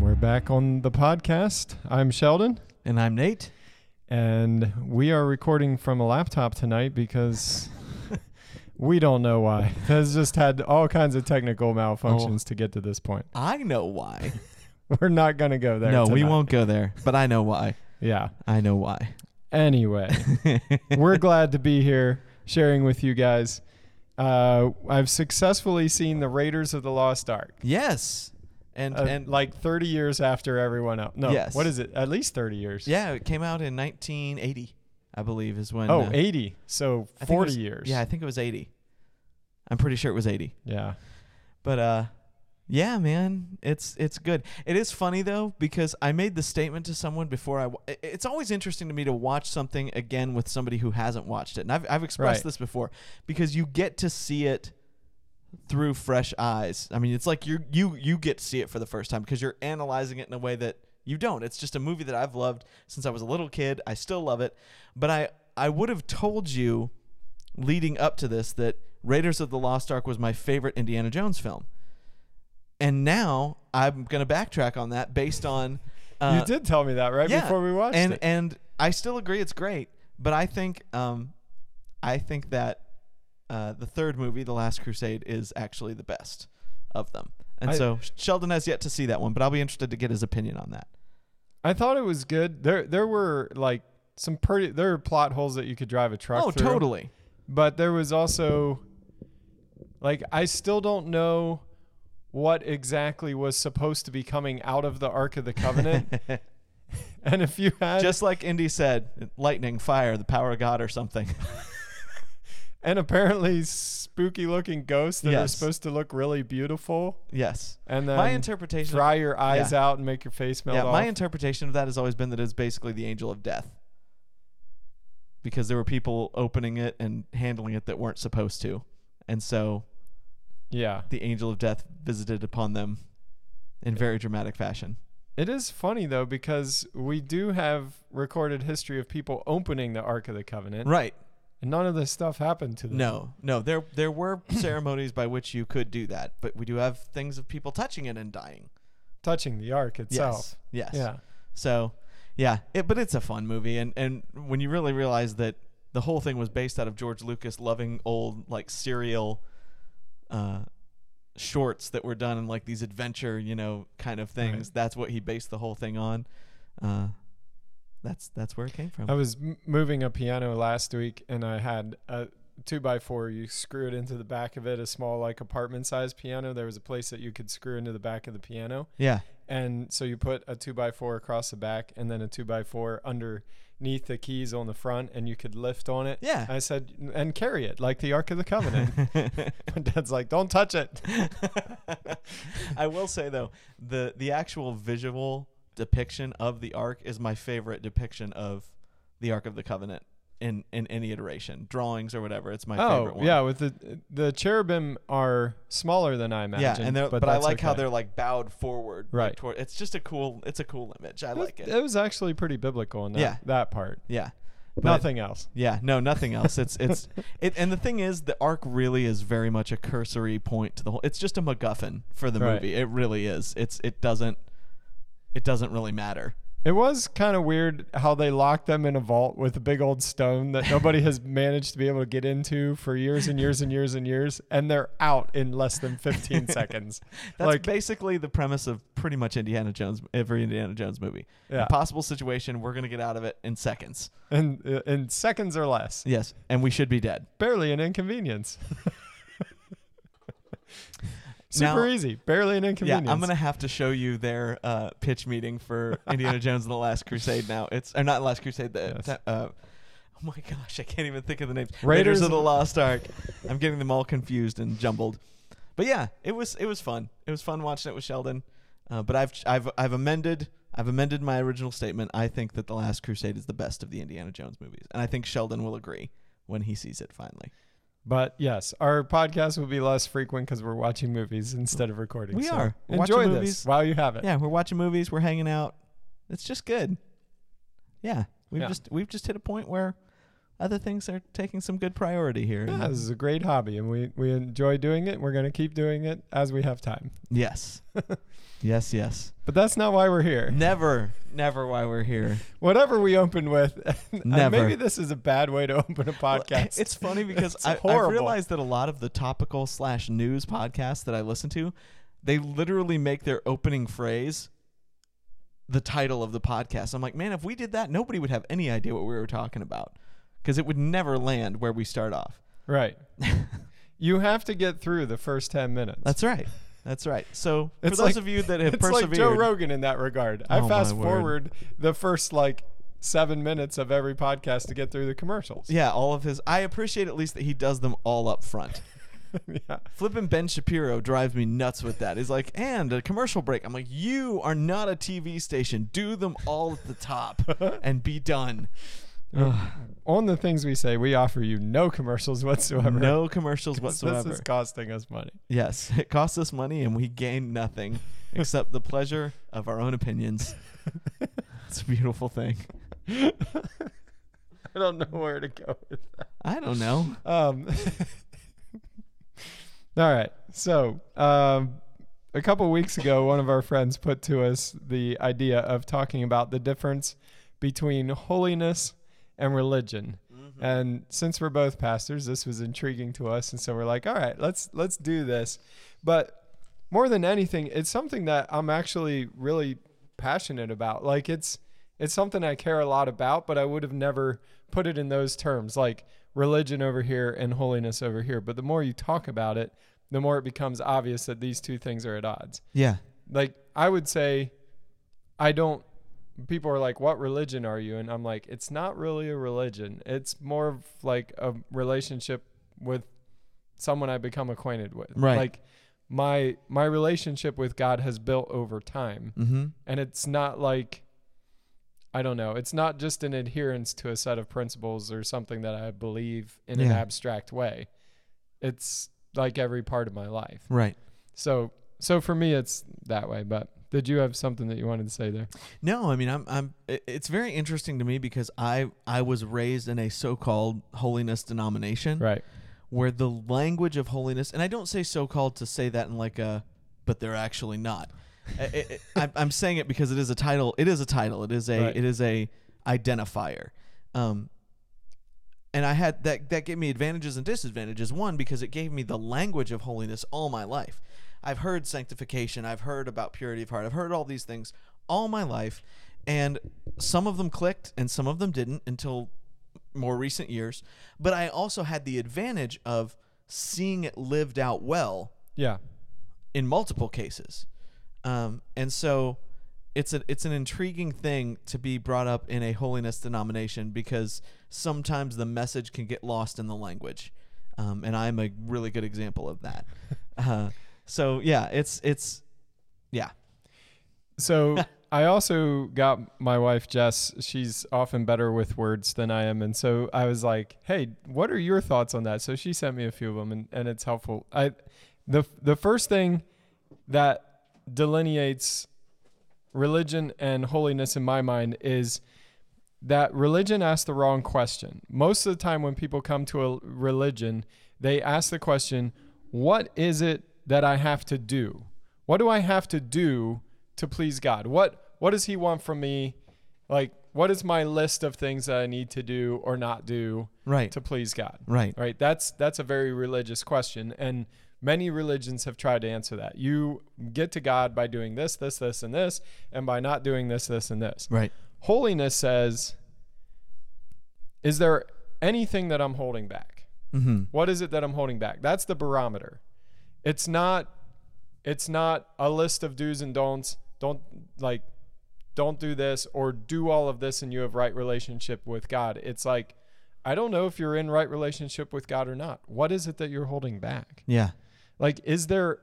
We're back on the podcast. I'm Sheldon, And I'm Nate. and we are recording from a laptop tonight because we don't know why. Has just had all kinds of technical malfunctions Oh. to get to this point. I know why. We're not going to go there. no, we tonight. won't go there, but I know why. Yeah. I know why. Anyway, we're glad to be here sharing with you guys. Uh, I've successfully seen the Raiders of the Lost Ark. Yes. And uh, and like like 30 years after everyone else. No, Yes. what is it? At least 30 years. yeah, it came out in 1980, I believe is when Oh, uh, 80. So I think it 40 was- years. Yeah, I think it was 80. I'm pretty sure it was 80. Yeah. But uh yeah, man, it's it's good. It is funny though because I made the statement to someone before I. wa- i- It's always interesting to me to watch something again with somebody who hasn't watched it, and I've I've expressed Right. this before because you get to see it through fresh eyes. I mean, it's like you you you get to see it for the first time because you're analyzing it in a way that you don't. It's just a movie that I've loved since I was a little kid. I still love it, but I I would have told you leading up to this that Raiders of the Lost Ark was my favorite Indiana Jones film. And now I'm going to backtrack on that based on uh, you did tell me that right yeah, before we watched and it. and I still agree it's great, but I think um, I think that uh, the third movie, The Last Crusade, is actually the best of them. And I- so Sheldon has yet to see that one, but I'll be interested to get his opinion on that. I thought it was good. There there were like some pretty there are plot holes that you could drive a truck Oh, through. totally. But there was also like I still don't know what exactly was supposed to be coming out of the Ark of the Covenant. and if you had Just like Indy said, lightning, fire, the power of God, or something. and apparently spooky looking ghosts that are Yes. supposed to look really beautiful yes. and then My interpretation. dry your eyes yeah. out and make your face melt Um, yeah, off. my interpretation of that has always been that it's basically the angel of death. Because there were people opening it and handling it that weren't supposed to. And so yeah. the angel of death visited upon them in very dramatic fashion. It is funny though because we do have recorded history of people opening the Ark of the Covenant, Right. and none of this stuff happened to them. No. No, there there were ceremonies by which you could do that, but we do have things of people touching it and dying. touching the Ark itself. Yes. Yes. Yeah, So, yeah, it, but it's a fun movie, and and when you really realize that the whole thing was based out of George Lucas loving old like serial, uh, shorts that were done in like these adventure, you know, kind of things. That's what he based the whole thing on. Uh, that's that's where it came from. I was m- moving a piano last week, and I had a two by four. You screw it into the back of it, a small like apartment sized piano. There was a place that you could screw into the back of the piano, yeah. and so you put a two by four across the back, and then a two by four underneath the keys on the front, and you could lift on it. Yeah. I said, and carry it like the Ark of the Covenant. My dad's like, don't touch it. I will say though, the the actual visual depiction of the Ark is my favorite depiction of the Ark of the Covenant in in any iteration, drawings or whatever. It's my oh, favorite one. yeah, with the the cherubim are smaller than I yeah, imagined. and they're, but, I that's like how okay. they're like bowed forward. like, Right. toward, it's just a cool. It's a cool image. I It was- like it. It was actually pretty biblical in that, Yeah. that part. Yeah. But- Nothing else. Yeah, no, nothing else. It's it's it, and the thing is, the arc really is very much a cursory point to the whole. It's just a MacGuffin for the Right. movie. It really is. It's it doesn't it doesn't really matter. It was kind of weird how they locked them in a vault with a big old stone that nobody has managed to be able to get into for years and years and years and years, and they're out in less than 15 seconds. That's like, basically the premise of pretty much Indiana Jones, every Indiana Jones movie. Yeah. Impossible situation. We're gonna get out of it in seconds. in, in seconds or less. Yes, and we should be dead. Barely an inconvenience. Now- Super easy. Barely an Yeah, inconvenience. I'm gonna have to show you their uh, pitch meeting for Indiana Jones and the Last Crusade. Now it's or not Last Crusade. The Yes. uh, Oh my gosh, I can't even think of the names. Raiders Raiders of the of- Lost Ark. I'm getting them all confused and jumbled. But yeah, it was it was fun. It was fun watching it with Sheldon. Uh, but I've I've I've amended I've amended my original statement. I think that The Last Crusade is the best of the Indiana Jones movies, and I think Sheldon will agree when he sees it finally. But yes, our podcast will be less frequent because we're watching movies instead of recording. We so are. We're watching Enjoy this movies. while you have it. Yeah, we're watching movies, we're hanging out. It's just good. Yeah, we've Yeah. just we've just hit a point where other things are taking some good priority here. and- Yeah, this is a great hobby, and we, we enjoy doing it. We're going to keep doing it as we have time. Yes. yes, yes. But that's not why we're here. Never, never why we're here. Whatever we open with, and Never. eh, maybe this is a bad way to open a podcast. It's funny because It's I, I horrible. realized that a lot of the topical slash news podcasts that I listen to, they literally make their opening phrase the title of the podcast. I'm like, man, if we did that, nobody would have any idea what we were talking about because it would never land where we start off. right. you have to get through the first 10 minutes. That's right. That's right. So for It's those like- of you that have it's persevered, like Joe Rogan in that regard. Oh, I my fast word. forward the first like seven minutes of every podcast to get through the commercials. yeah, all of his. I appreciate at least that he does them all up front. yeah. Flipping Ben Shapiro drives me nuts with that. He's like, and a commercial break. I'm like, you are not a TV station. Do them all at the top and be done. Ugh, On the things we say, we offer you no commercials whatsoever. no commercials 'Cause whatsoever. This is costing us money. yes, it costs us money and we gain nothing except the pleasure of our own opinions. it's a beautiful thing. I don't know where to go with that. I don't know. Um, all right. So, um, a couple weeks ago, one of our friends put to us the idea of talking about the difference between holiness and religion. And since we're both pastors, this was intriguing to us, and so we're like, "All right, let's let's do this." But more than anything, it's something that I'm actually really passionate about. Like it's it's something I care a lot about, but I would have never put it in those terms, like religion over here and holiness over here. But the more you talk about it, the more it becomes obvious that these two things are at odds. Yeah. Like I would say I don't people are like what religion are you and I'm like it's not really a religion. It's more of like a relationship with someone I become acquainted with. Right. Like my my relationship with God has built over time Mm-hmm. and it's not like I don't know. It's not just an adherence to a set of principles or something that I believe in an Yeah. abstract way. It's like every part of my life. Right. So so for me it's that way, but did you have something that you wanted to say there? No, I mean I'm I'm i- it's very interesting to me because I I was raised in a so-called holiness denomination Right. where the language of holiness and I don't say so-called to say that in like a but they're actually not. I- I, I, I'm saying it because it is a title. It is a title. It is a Right. it is a identifier. Um and I had that that gave me advantages and disadvantages. One because it gave me the language of holiness all my life. I've heard sanctification, I've heard about purity of heart, I've heard all these things all my life, and some of them clicked and some of them didn't until more recent years. But I also had the advantage of seeing it lived out well Yeah. in multiple cases. Um, and so it's a it's an intriguing thing to be brought up in a holiness denomination because sometimes the message can get lost in the language. Um, and I'm a really good example of that. Uh, so yeah, it's it's yeah. So I also got my wife Jess. She's often better with words than I am, and so I was like, "Hey, what are your thoughts on that?" So she sent me a few of them, and, and it's helpful. I, the the first thing that delineates religion and holiness in my mind is that religion asks the wrong question. Most of the time, when people come to a religion, they ask the question, What is it that I have to do? What do I have to do to please God? What, what does He want from me? Like, what is my list of things that I need to do or not do Right. to please God? Right. right that's that's a very religious question and many religions have tried to answer that you get to god by doing this this this and this and by not doing this this and this Right. holiness says is there anything that i'm holding back Mm-hmm. what is it that i'm holding back that's the barometer it's not it's not a list of do's and don'ts don't like don't do this or do all of this and you have right relationship with god it's like I don't know if you're in right relationship with God or not. What is it that you're holding back? Yeah. Like is there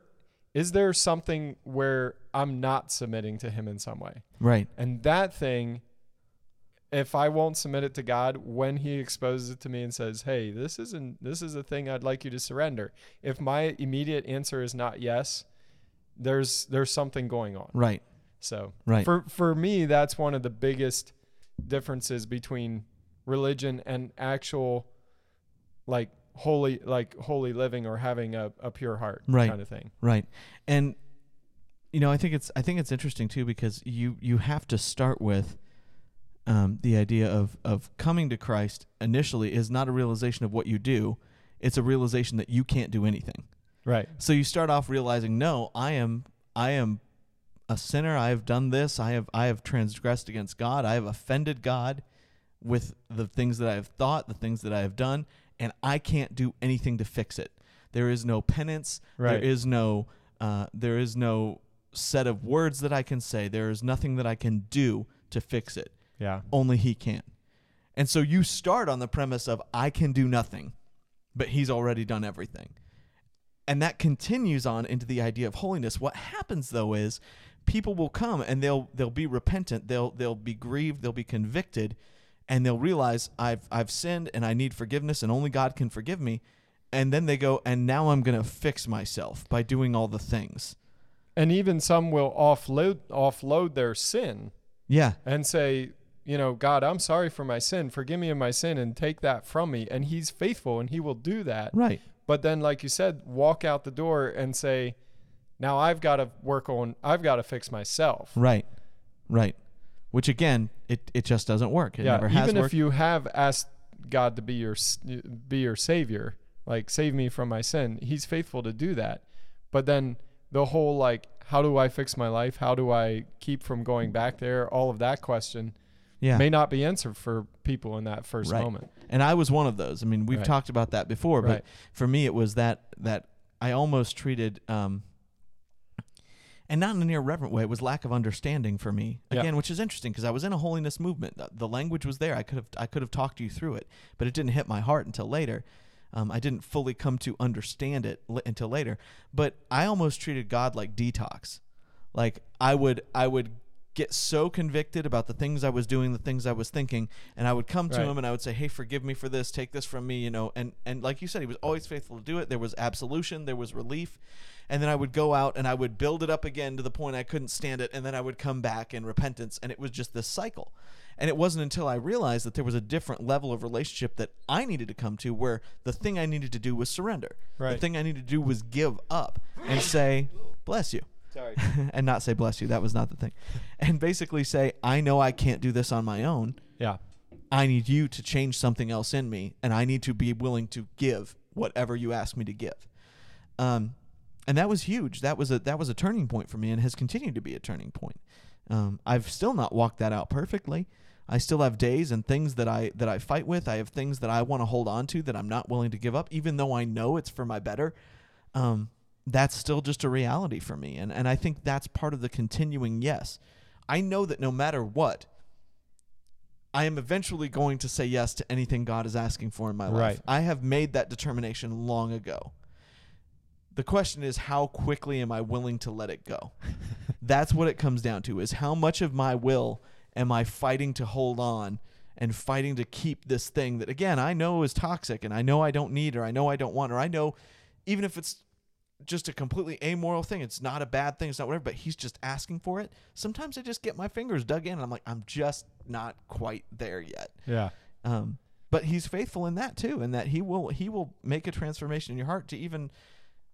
is there something where I'm not submitting to him in some way? Right. And that thing if I won't submit it to God when he exposes it to me and says, "Hey, this isn't this is a thing I'd like you to surrender." If my immediate answer is not yes, there's there's something going on. Right. So Right. for for me, that's one of the biggest differences between religion and actual like holy like holy living or having a, a pure heart Right. kind of thing. Right. And you know, I think it's I think it's interesting too because you you have to start with um, the idea of of coming to Christ initially is not a realization of what you do; it's a realization that you can't do anything. Right. So you start off realizing, no, I am I am a sinner. I have done this. I have I have transgressed against God. I have offended God with the things that I have thought, the things that I have done, and I can't do anything to fix it. There is no penance. Right. There is no uh, there is no set of words that I can say. There is nothing that I can do to fix it. Yeah. Only he can. And so you start on the premise of I can do nothing, but he's already done everything. And that continues on into the idea of holiness. What happens though is people will come and they'll they'll be repentant, they'll they'll be grieved, they'll be convicted, and they'll realize I've I've sinned and I need forgiveness and only God can forgive me. And then they go, and now I'm gonna fix myself by doing all the things. And even some will offload offload their sin Yeah. and say, you know, God, I'm sorry for my sin. Forgive me of my sin and take that from me. And he's faithful and he will do that. Right. But then like you said, walk out the door and say, now I've got to work on I've got to fix myself. Right. Right. Which again, it, it just doesn't work. It never has even worked. if you have asked God to be your s- be your savior, like save me from my sin, He's faithful to do that. But then the whole like, how do I fix my life? How do I keep from going back there? All of that question yeah. may not be answered for people in that first right. moment. And I was one of those. I mean, we've Right. talked about that before, but Right. for me, it was that that I almost treated, um, and not in an irreverent way. It was lack of understanding for me Yeah. again, which is interesting because I was in a holiness movement. The, the language was there. I could have I could have talked you through it, but it didn't hit my heart until later. Um, I didn't fully come to understand it l- until later. But I almost treated God like detox. Like I would I would get so convicted about the things I was doing, the things I was thinking, and I would come to Right. him and I would say, "Hey, forgive me for this. Take this from me," you know. And and like you said, he was always faithful to do it. There was absolution, there was relief, and then I would go out and I would build it up again to the point I couldn't stand it, and then I would come back in repentance, and it was just this cycle. And it wasn't until I realized that there was a different level of relationship that I needed to come to, where the thing I needed to do was surrender. The Right. thing I needed to do was give up and say, "Bless you." Sorry. and not say bless you. That was not the thing. And basically say, I know I can't do this on my own. Yeah. I need you to change something else in me, and I need to be willing to give whatever you ask me to give. Um, and that was huge. That was a that was a turning point for me, and has continued to be a turning point. Um, I've still not walked that out perfectly. I still have days and things that I that I fight with. I have things that I want to hold on to that I'm not willing to give up, even though I know it's for my better. Um, that's still just a reality for me, and and I think that's part of the continuing. Yes, I know that no matter what, I am eventually going to say yes to anything God is asking for in my life. Right. I have made that determination long ago. The question is how quickly am I willing to let it go? That's what it comes down to is how much of my will am I fighting to hold on and fighting to keep this thing that again I know is toxic and I know I don't need or I know I don't want or I know even if it's just a completely amoral thing. It's not a bad thing. It's not whatever, but he's just asking for it. Sometimes I just get my fingers dug in and I'm like, I'm just not quite there yet. Yeah. Um, but he's faithful in that too, and that he will he will make a transformation in your heart to even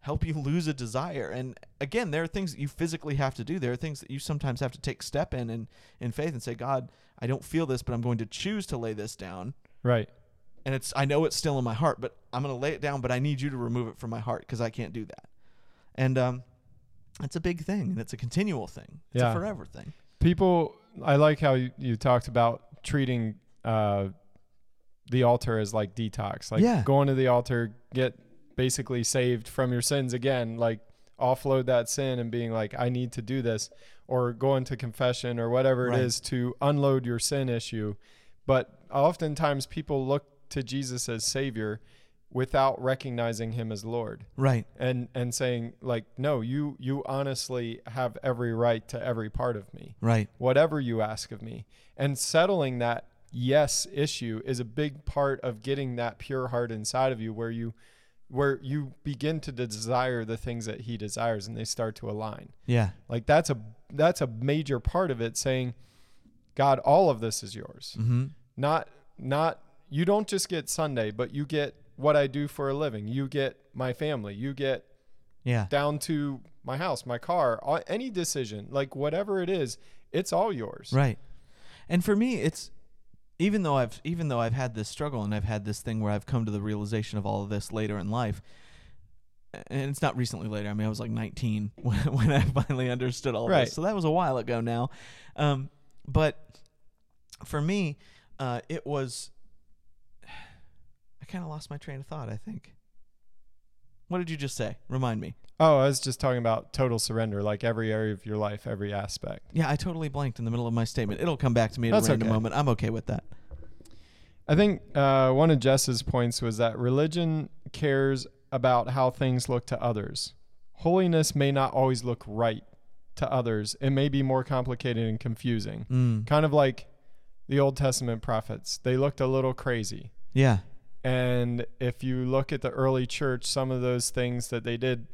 help you lose a desire. And again, there are things that you physically have to do. There are things that you sometimes have to take step in and in faith and say, God, I don't feel this, but I'm going to choose to lay this down Right. and it's I know it's still in my heart, but I'm gonna lay it down. But I need you to remove it from my heart because I can't do that. And um, it's a big thing, and it's a continual thing. It's a Yeah. forever thing. people i like how you, you talked about treating uh the altar as like detox like Yeah. going to the altar get basically saved from your sins again like offload that sin and being like i need to do this or going to confession or whatever Right. it is to unload your sin issue but oftentimes people look to Jesus as Savior without recognizing Him as Lord Right. and and saying like, no, you you honestly have every right to every part of me Right. whatever you ask of me. And settling that yes issue is a big part of getting that pure heart inside of you where you where you begin to desire the things that he desires and they start to align. Yeah. Like that's a that's a major part of it saying God all of this is yours. Mm-hmm. Not not you don't just get Sunday, but you get what I do for a living. You get my family. You get Yeah. down to my house, my car, a- any decision, like whatever it is, it's all yours. Right. And for me, it's even though I've even though I've had this struggle and I've had this thing where I've come to the realization of all of this later in life. And it's not recently later. I mean, I was like 19 when, when I finally understood all Right. this. So that was a while ago now. Um, but for me, uh, it was. I kind of lost my train of thought. I think. What did you just say? Remind me. Oh, I was just talking about total surrender, like every area of your life, every aspect. Yeah, I totally blanked in the middle of my statement. It'll come back to me at That's a random okay. moment. I'm okay with that. I think uh, one of Jess's points was that religion cares about how things look to others. Holiness may not always look right to others, it may be more complicated and confusing. Mm. Kind of like the Old Testament prophets, they looked a little crazy. Yeah. And if you look at the early church, some of those things that they did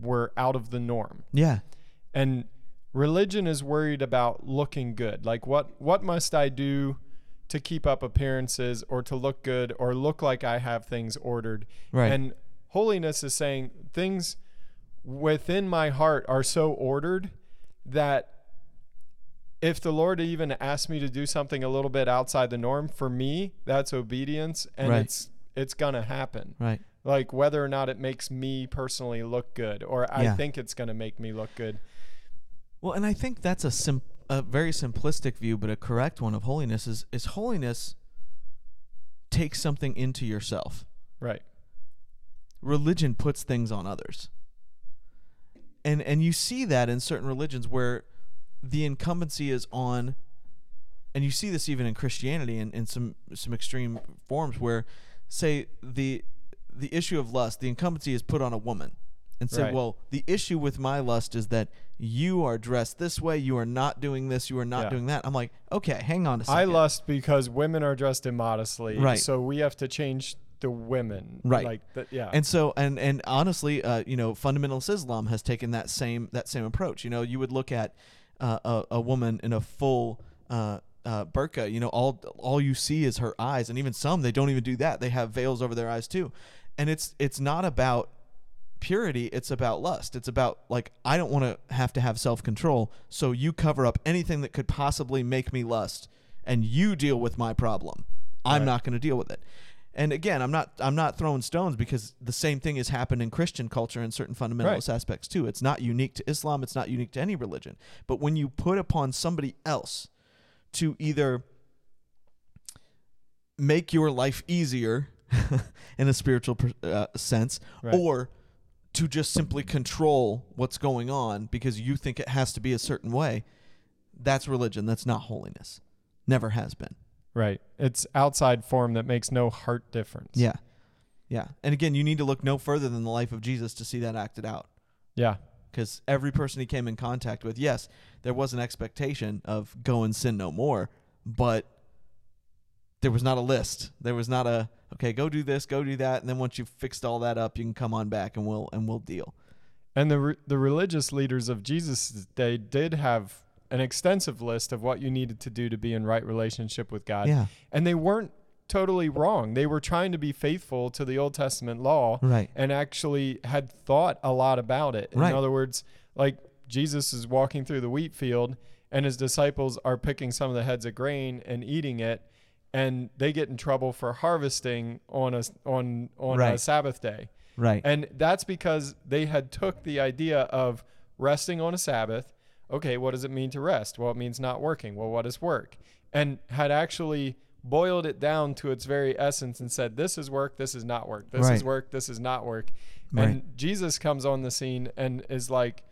were out of the norm. Yeah. and religion is worried about looking good like what what must i do to keep up appearances or to look good or look like i have things ordered Right. and holiness is saying things within my heart are so ordered that if the lord even asked me to do something a little bit outside the norm for me that's obedience and Right. it's it's gonna happen Right. like whether or not it makes me personally look good or i Yeah. think it's going to make me look good Well, and I think that's a sim- a very simplistic view, but a correct one of holiness is is holiness takes something into yourself. right Religion puts things on others. And and you see that in certain religions where the incumbency is on and you see this even in Christianity in, in some some extreme forms where say the the issue of lust, the incumbency is put on a woman and say, Right. well, the issue with my lust is that you are dressed this way, you are not doing this, you are not Yeah. doing that. I'm like, okay, hang on a second. I lust because women are dressed immodestly. Right. So we have to change the women. Right. Like th- yeah. And so, and and honestly, uh, you know, fundamentalist Islam has taken that same that same approach. You know, you would look at uh, a, a woman in a full uh, uh, burqa. You know, all all you see is her eyes, and even some they don't even do that. They have veils over their eyes too, and it's it's not about purity it's about lust it's about like i don't want to have to have self-control so you cover up anything that could possibly make me lust and you deal with my problem i'm Right. not going to deal with it and again i'm not i'm not throwing stones because the same thing has happened in christian culture in certain fundamentalist aspects too it's not unique to islam it's not unique to any religion but when you put upon somebody else to either make your life easier in a spiritual per- uh, sense Right. or to just simply control what's going on because you think it has to be a certain way that's religion that's not holiness never has been right. It's outside form that makes no heart difference. yeah yeah and again you need to look no further than the life of jesus to see that acted out Yeah. because every person he came in contact with, yes, there was an expectation of go and sin no more, but there was not a list. There was not a okay, go do this, go do that, and then once you've fixed all that up, you can come on back and we'll and we'll deal. And the re- the religious leaders of Jesus' day did have an extensive list of what you needed to do to be in right relationship with God. Yeah. And they weren't totally wrong. They were trying to be faithful to the Old Testament law. Right. and actually had thought a lot about it. In Right. other words, like Jesus is walking through the wheat field and his disciples are picking some of the heads of grain and eating it and they get in trouble for harvesting on a on on a Right. Sabbath day. Right. And that's because they had took the idea of resting on a Sabbath. Okay, what does it mean to rest? Well, it means not working. Well, what is work? And had actually boiled it down to its very essence and said, this is work, this is not work. This Right. is work, this is not work. Right. And Jesus comes on the scene and is like,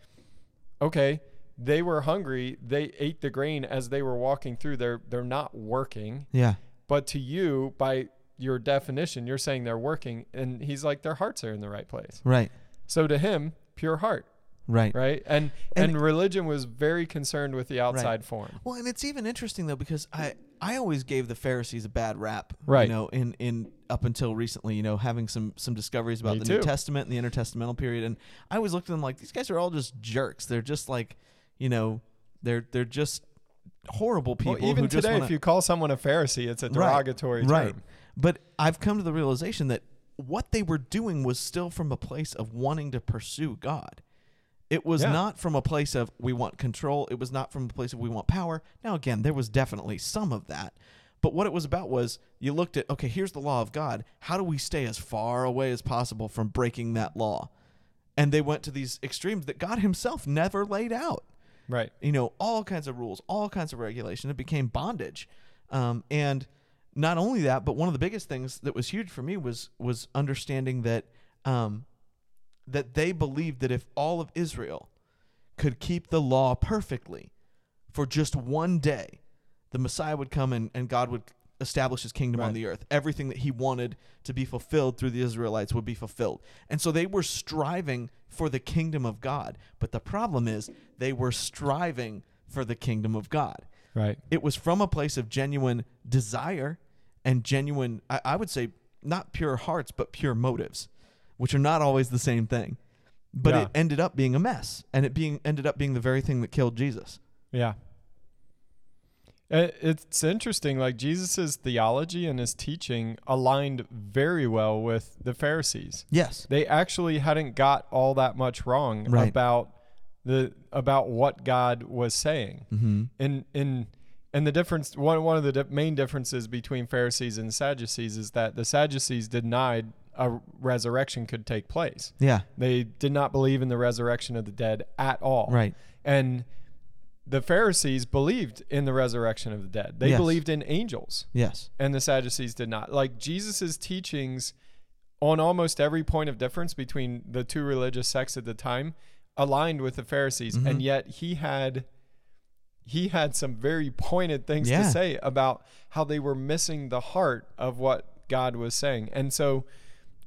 okay, they were hungry. They ate the grain as they were walking through. They're they're not working. yeah. But to you, by your definition, you're saying they're working, and he's like, their hearts are in the right place. Right. So to him, pure heart, Right. right? And and, And- religion was very concerned with the outside form. Well, and it's even interesting though because I I always gave the Pharisees a bad rap, Right. You know, in in up until recently, you know, having some some discoveries about Me the too. New Testament and the intertestamental period, and I always looked at them like these guys are all just jerks. They're just like, you know, they're they're just horrible people. Well, even who just today, wanna, if you call someone a Pharisee, it's a Right. derogatory right. term. But I've come to the realization that what they were doing was still from a place of wanting to pursue God. It was Yeah. not from a place of we want control. It was not from a place of we want power. Now, again, there was definitely some of that. But what it was about was you looked at, okay, here's the law of God. How do we stay as far away as possible from breaking that law? And they went to these extremes that God Himself never laid out Right. you know all kinds of rules all kinds of regulation it became bondage um, and not only that but one of the biggest things that was huge for me was was understanding that um, that they believed that if all of israel could keep the law perfectly for just one day the messiah would come and, and god would establish his kingdom on Right. the earth everything that he wanted to be fulfilled through the israelites would be fulfilled and so they were striving for the kingdom of god but the problem is they were striving for the kingdom of god Right. it was from a place of genuine desire and genuine I, I would say not pure hearts but pure motives which are not always the same thing but Yeah. it ended up being a mess and it being ended up being the very thing that killed jesus Yeah. It, it's interesting. Like Jesus's theology and his teaching aligned very well with the Pharisees. yes They actually hadn't got all that much wrong Right. about the about what God was saying. mm-hmm. in in and the difference one one of the di- main differences between Pharisees and Sadducees is that the Sadducees denied a resurrection could take place. yeah They did not believe in the resurrection of the dead at all. right And the Pharisees believed in the resurrection of the dead. They Yes. believed in angels yes and the Sadducees did not. Like Jesus's teachings on almost every point of difference between the two religious sects at the time aligned with the Pharisees and yet he had he had some very pointed things Yeah. to say about how they were missing the heart of what God was saying. And so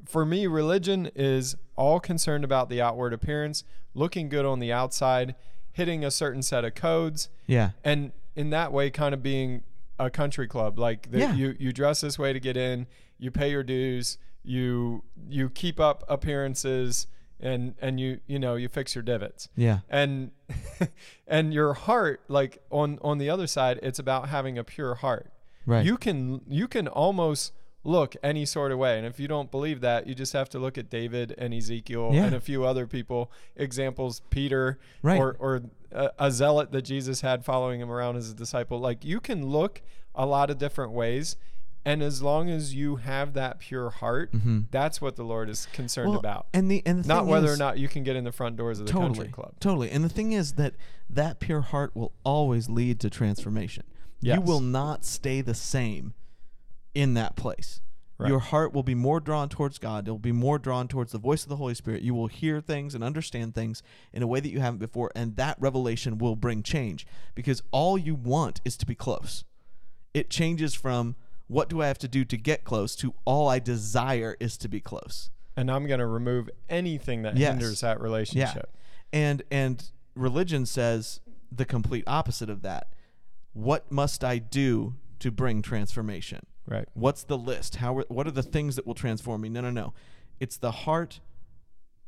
for me religion is all concerned about the outward appearance, looking good on the outside, hitting a certain set of codes, yeah and in that way kind of being a country club like the, Yeah. you you dress this way to get in you pay your dues you you keep up appearances and and you you know you fix your divots yeah and and your heart like on on the other side it's about having a pure heart Right. you can you can almost look any sort of way and if you don't believe that you just have to look at david and ezekiel Yeah. and a few other people examples peter Right. or or a, a zealot that jesus had following him around as a disciple like you can look a lot of different ways and as long as you have that pure heart that's what the lord is concerned Mm-hmm. Well, about and the and the not thing whether is, or not you can get in the front doors of the country club Totally. And the thing is that that pure heart will always lead to transformation. You Yes. will not stay the same in that place. Right. Your heart will be more drawn towards God. It'll be more drawn towards the voice of the Holy Spirit. You will hear things and understand things in a way that you haven't before, and that revelation will bring change because all you want is to be close. It changes from what do I have to do to get close to all I desire is to be close. and I'm going to remove anything that Yes. hinders that relationship. And and religion says the complete opposite of that. What must I do to bring transformation? Right. What's the list? How are, what are the things that will transform me? No, no, no. It's the heart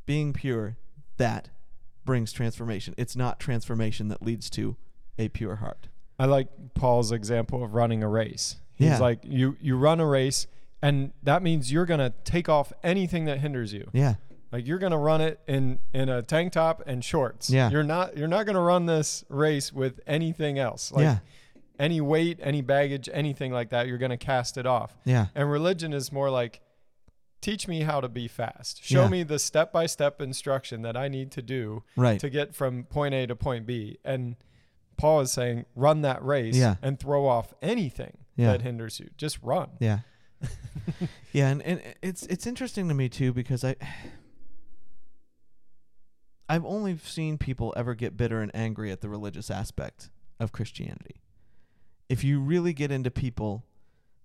being pure that brings transformation. It's not transformation that leads to a pure heart. I like Paul's example of running a race. He's Yeah. like you you run a race and that means you're going to take off anything that hinders you. Yeah. Like you're going to run it in in a tank top and shorts. Yeah. You're not you're not going to run this race with anything else. Like Yeah. any weight, any baggage, anything like that, you're going to cast it off. Yeah. And religion is more like, teach me how to be fast. Show Yeah. me the step by step instruction that I need to do Right. to get from point A to point B. And Paul is saying, run that race Yeah. and throw off anything Yeah. that hinders you. Just run. Yeah. yeah, and, and it's it's interesting to me too because I I've only seen people ever get bitter and angry at the religious aspect of Christianity. If you really get into people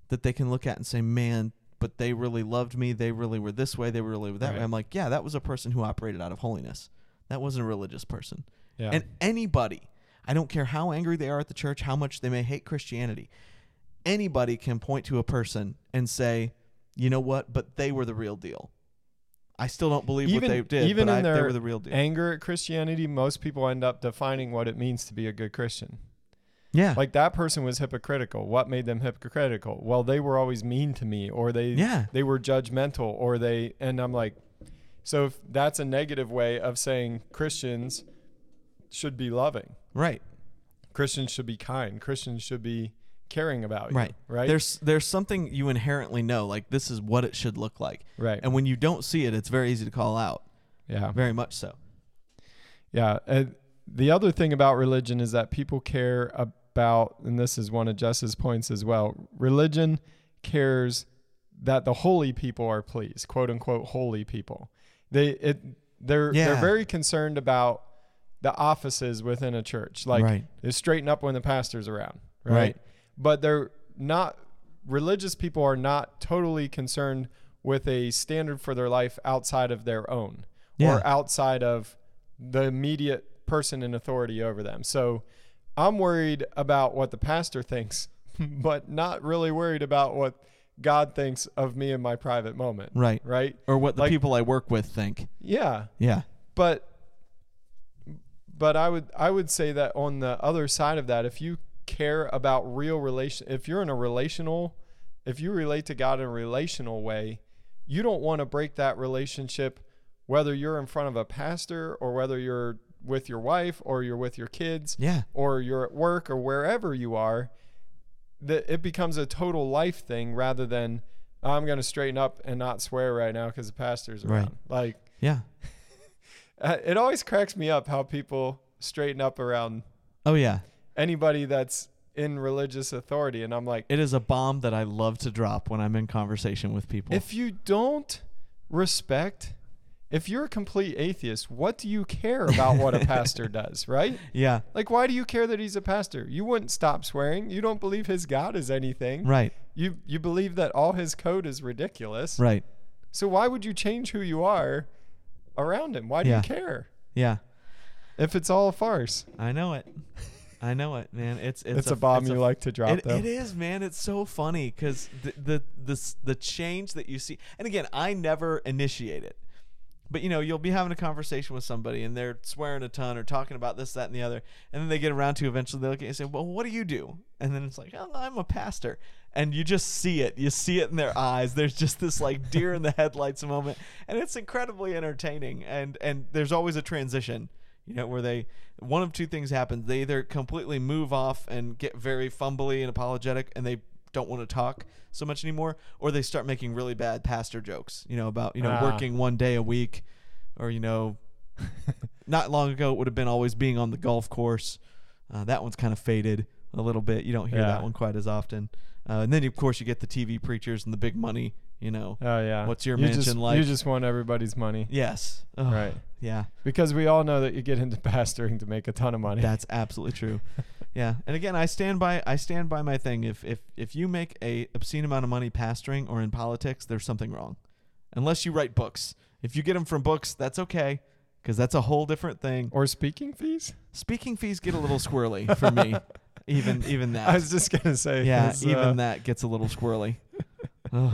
that they can look at and say, "Man, but they really loved me. They really were this way. They were really were that way. Right. I'm like, yeah, that was a person who operated out of holiness. That wasn't a religious person. Yeah. And anybody, I don't care how angry they are at the church, how much they may hate Christianity, anybody can point to a person and say, you know what? But they were the real deal. I still don't believe Even- what they did, even but in I, they their were the real deal. Anger at Christianity, most people end up defining what it means to be a good Christian. yeah. Like that person was hypocritical. What made them hypocritical? Well, they were always mean to me or they Yeah. they were judgmental or they and I'm like so if that's a negative way of saying Christians should be loving. right. Christians should be kind. Christians should be caring about you. Right. Right. There's there's something you inherently know, like this is what it should look like. right. And when you don't see it, it's very easy to call out. yeah. Very much so. Yeah. Uh, the other thing about religion is that people care about, and this is one of Jess's points as well religion cares that the holy people are pleased, quote unquote, holy people. They, it, they're, Yeah. they're very concerned about the offices within a church. Like Right. they straighten up when the pastor's around, right? Right. But they're not, religious people are not totally concerned with a standard for their life outside of their own Yeah. or outside of the immediate person in authority over them. So I'm worried about what the pastor thinks, but not really worried about what God thinks of me in my private moment. Right. Right? Or what the Like- people I work with think. Yeah. Yeah. But but I would I would say that on the other side of that, if you care about real relation if you're in a relational if you relate to God in a relational way, you don't want to break that relationship whether you're in front of a pastor or whether you're with your wife or you're with your kids Yeah. or you're at work or wherever you are, that it becomes a total life thing rather than I'm going to straighten up and not swear right now because the pastor's Right. around. Like Yeah. uh, it always cracks me up how people straighten up around Oh yeah. anybody that's in religious authority, and I'm like, It is a bomb that I love to drop when I'm in conversation with people. if you don't respect. If you're a complete atheist, what do you care about what a pastor does, right? yeah. Like, why do you care that he's a pastor? You wouldn't stop swearing. You don't believe his God is anything. Right. You you believe that all his code is ridiculous. Right. So why would you change who you are around him? Why do Yeah. you care Yeah. if it's all a farce? I know it. I know it, man. It's it's, It's, a, bomb it's you a like to drop, It, though. it is, man. It's so funny because the the, the s- the change that you see, and again, I never initiate it, but you know, you'll be having a conversation with somebody, and they're swearing a ton or talking about this, that, and the other, and then they get around to eventually they look at you and say, "Well, what do you do?" And then it's like, oh, "I'm a pastor," and you just see it. You see it in their eyes. There's just this like deer in the headlights moment, and it's incredibly entertaining. And and there's always a transition you know, where they one of two things happens. They either completely move off and get very fumbly and apologetic and they don't want to talk so much anymore, or they start making really bad pastor jokes, you know, about, you know, Ah. working one day a week or, you know, not long ago it would have been always being on the golf course. Uh, that one's kind of faded a little bit. You don't hear Yeah. that one quite as often. Uh, and then, of course, you get the TV preachers and the big money, you know. Oh yeah. What's your you mansion just, like? You just want everybody's money Yes. Ugh, Right. Yeah. because we all know that you get into pastoring to make a ton of money. That's absolutely true. yeah, and again, I stand by I stand by my thing. If if if you make a obscene amount of money pastoring or in politics, there's something wrong. Unless you write books. If you get them from books, that's okay, because that's a whole different thing. or speaking fees. Speaking fees get a little squirrely for me. Even even I that, was just gonna say. yeah, it's, even uh, that gets a little squirrely. Ugh.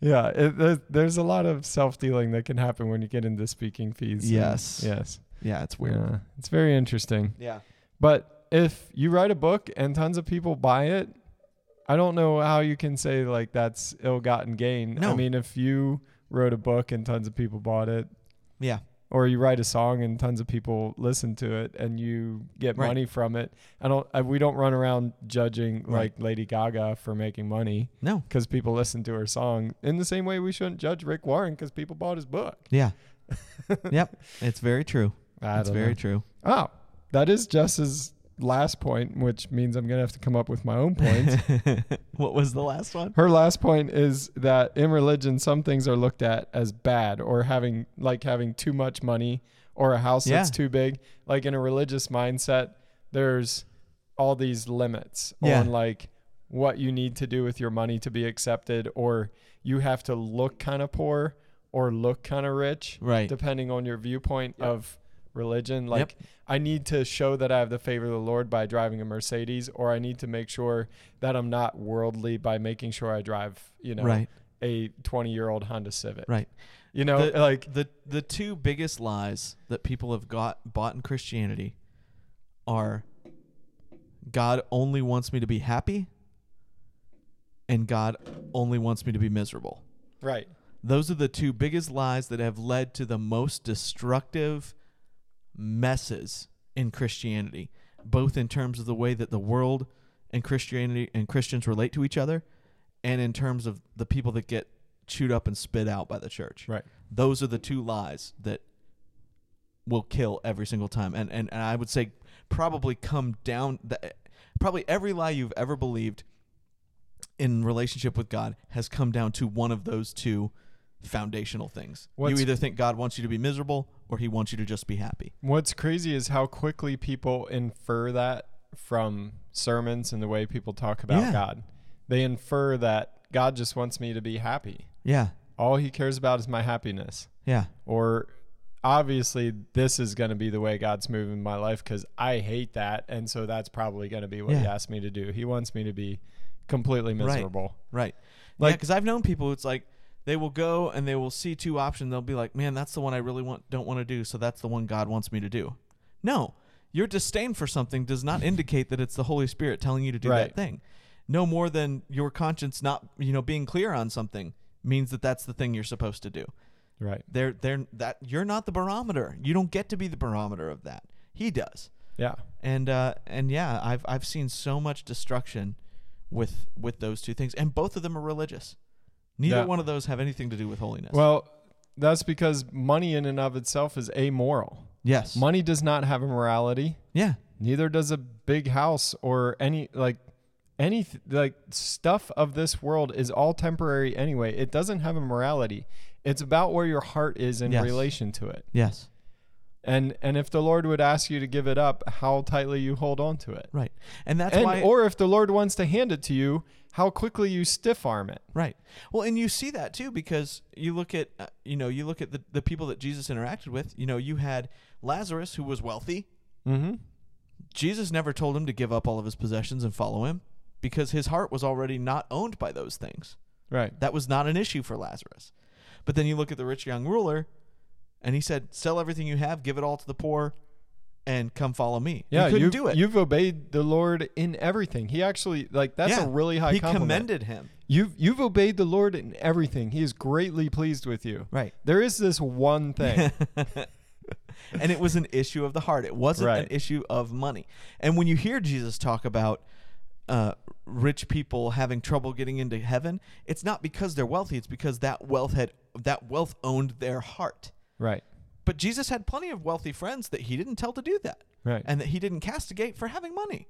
Yeah, it, there's, there's a lot of self dealing that can happen when you get into speaking fees. and- Yes. Yes. yeah, it's weird. Yeah, it's very interesting. Yeah. But if you write a book and tons of people buy it, I don't know how you can say like that's ill-gotten gain. I No. mean, if you wrote a book and tons of people bought it, yeah, or you write a song and tons of people listen to it and you get Right. money from it, I don't. I, we don't run around judging Right. like Lady Gaga for making money no, because people listen to her song. In the same way, we shouldn't judge Rick Warren because people bought his book. yeah, yep, it's very true. I It's don't very know. true. Oh, that is Jess's last point, which means I'm gonna have to come up with my own points. what was the last one? Her last point is that in religion, some things are looked at as bad, or having like having too much money, or a house that's Yeah. too big. Like in a religious mindset, there's all these limits Yeah. on like what you need to do with your money to be accepted, or you have to look kind of poor or look kind of rich, Right. depending on your viewpoint Yep. of religion. Like, I need to show that I have the favor of the Lord by driving a Mercedes, or I need to make sure that I'm not worldly by making sure I drive, you know, Right. a 20 year old Honda Civic. Right. You know, Oh, like, the uh, the two biggest lies that people have got bought in Christianity are God only wants me to be happy and God only wants me to be miserable. right. Those are the two biggest lies that have led to the most destructive messes in Christianity, both in terms of the way that the world and Christianity and Christians relate to each other and in terms of the people that get chewed up and spit out by the church Right. those are the two lies that will kill every single time and and, and i would say probably come down the, probably every lie you've ever believed in relationship with god has come down to one of those two foundational things What's- you either think god wants you to be miserable or he wants you to just be happy What's crazy is how quickly people infer that from sermons and the way people talk about Yeah. God. They infer that God just wants me to be happy. yeah All he cares about is my happiness. yeah Or obviously this is going to be the way God's moving in my life cuz I hate that and so that's probably going to be what he Yeah. asked me to do. He wants me to be completely miserable. Right. Like, Like- because I've known people. It's like they will go and they will see two options. They'll be like, "Man, that's the one I really want. Don't want to do. So that's the one God wants me to do." No, your disdain for something does not indicate that it's the Holy Spirit telling you to do Right. that thing. No more than your conscience not, you know, being clear on something means that that's the thing you're supposed to do. Right. They're, they're that you're not the barometer. You don't get to be the barometer of that. He does Yeah. and uh, and yeah, I've I've seen so much destruction with with those two things, and both of them are religious. Neither Yeah. one of those have anything to do with holiness. Well, that's because money in and of itself is amoral. yes, Money does not have a morality. yeah, neither does a big house or any like any like stuff of this world is all temporary anyway it doesn't have a morality it's about where your heart is in Yes. relation to it yes, and and if the lord would ask you to give it up how tightly you hold on to it right, and that's and why or if the lord wants to hand it to you how quickly you stiff arm it right. Well, and you see that too because you look at uh, you know you look at the the people that Jesus interacted with. You know, you had Lazarus who was wealthy. mm-hmm Jesus never told him to give up all of his possessions and follow him because his heart was already not owned by those things. right That was not an issue for Lazarus. But then you look at the rich young ruler, and he said, "Sell everything you have, give it all to the poor, and come follow me." yeah he couldn't you've, do it. you've obeyed the lord in everything he actually like that's Yeah. a really high He compliment commended him. You've you've obeyed the Lord in everything. He is greatly pleased with you. Right. There is this one thing. and it was an issue of the heart. It wasn't an Right. issue of money. And when you hear Jesus talk about uh, rich people having trouble getting into heaven, it's not because they're wealthy. It's because that wealth had that wealth owned their heart. right. But Jesus had plenty of wealthy friends that he didn't tell to do that. Right. And that he didn't castigate for having money.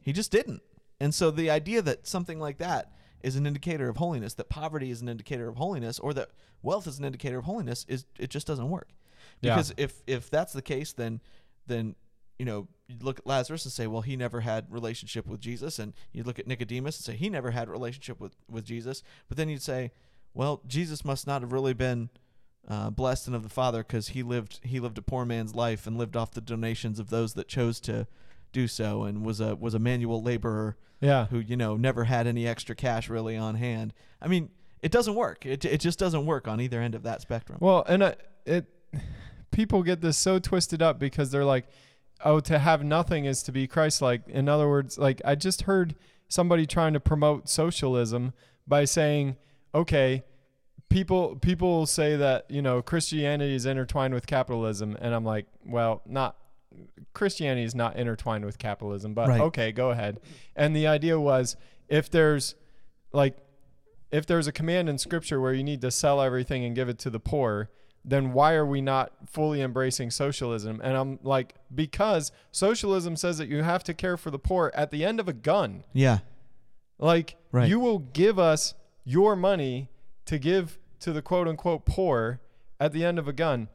He just didn't. And so the idea that something like that is an indicator of holiness, that poverty is an indicator of holiness, or that wealth is an indicator of holiness, is it just doesn't work. Yeah. Because if if that's the case, then then you know you look at Lazarus and say, well, he never had relationship with Jesus, and you look at Nicodemus and say he never had relationship with with Jesus. But then you'd say, well, Jesus must not have really been uh, blessed and of the Father because he lived he lived a poor man's life and lived off the donations of those that chose to do so, and was a was a manual laborer yeah. who you know never had any extra cash really on hand. I mean, it doesn't work. It it just doesn't work on either end of that spectrum. Well, and I, it people get this so twisted up because they're like, "Oh, to have nothing is to be Christ-like." In other words, like I just heard somebody trying to promote socialism by saying, "Okay, people people say that, you know, Christianity is intertwined with capitalism." And I'm like, "Well, not Christianity is not intertwined with capitalism, but Right. okay, go ahead." And the idea was if there's like if there's a command in scripture where you need to sell everything and give it to the poor, then why are we not fully embracing socialism? And I'm like, because socialism says that you have to care for the poor at the end of a gun. yeah, Like, Right. you will give us your money to give to the quote unquote poor at the end of a gun.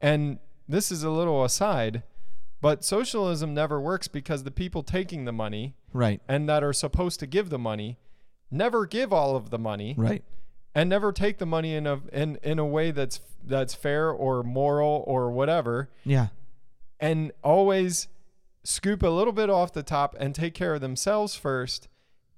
And this is a little aside, but socialism never works because the people taking the money Right. and that are supposed to give the money never give all of the money Right. and never take the money in a in, in a way that's that's fair or moral or whatever Yeah. and always scoop a little bit off the top and take care of themselves first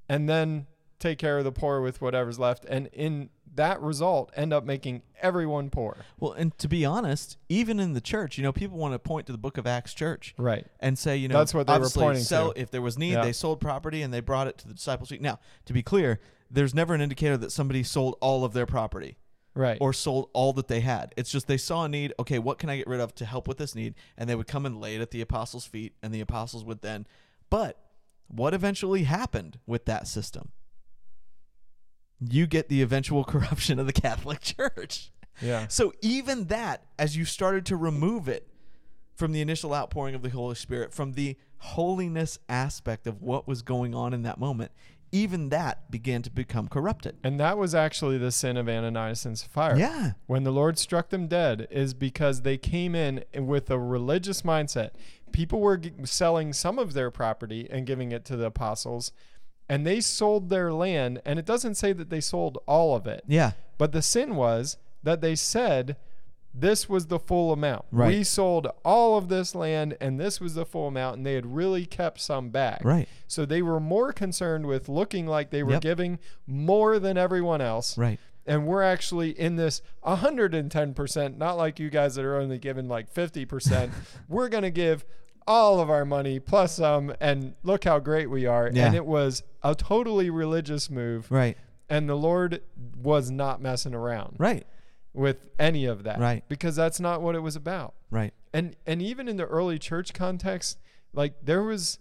and then take care of the poor with whatever's left and in that result end up making everyone poor Well, and to be honest, even in the church, you know, people want to point to the Book of Acts church right and say, you know, That's what they were obviously pointing sell, to. If there was need, Yeah. they sold property and they brought it to the disciples' feet. Now, to be clear, there's never an indicator that somebody sold all of their property right or sold all that they had. It's just they saw a need. Okay, what can I get rid of to help with this need? And they would come and lay it at the apostles' feet, and the apostles would then. But what eventually happened with that system? You get the eventual corruption of the Catholic Church. yeah So even that, as you started to remove it from the initial outpouring of the Holy Spirit, from the holiness aspect of what was going on in that moment, even that began to become corrupted. and that was actually the sin of ananias and sapphira Yeah. when the Lord struck them dead is because they came in with a religious mindset. People were g- selling some of their property and giving it to the apostles, and they sold their land. And it doesn't say that they sold all of it, Yeah. but the sin was that they said this was the full amount. Right. We sold all of this land, and this was the full amount, and they had really kept some back. Right. So they were more concerned with looking like they were Yep. giving more than everyone else Right. and we're actually in this 110%, not like you guys that are only giving like 50%. we're going to give all of our money plus some and look how great we are. Yeah. And it was a totally religious move Right. and the Lord was not messing around Right. with any of that. Right. Because that's not what it was about Right. and and even in the early church context like there was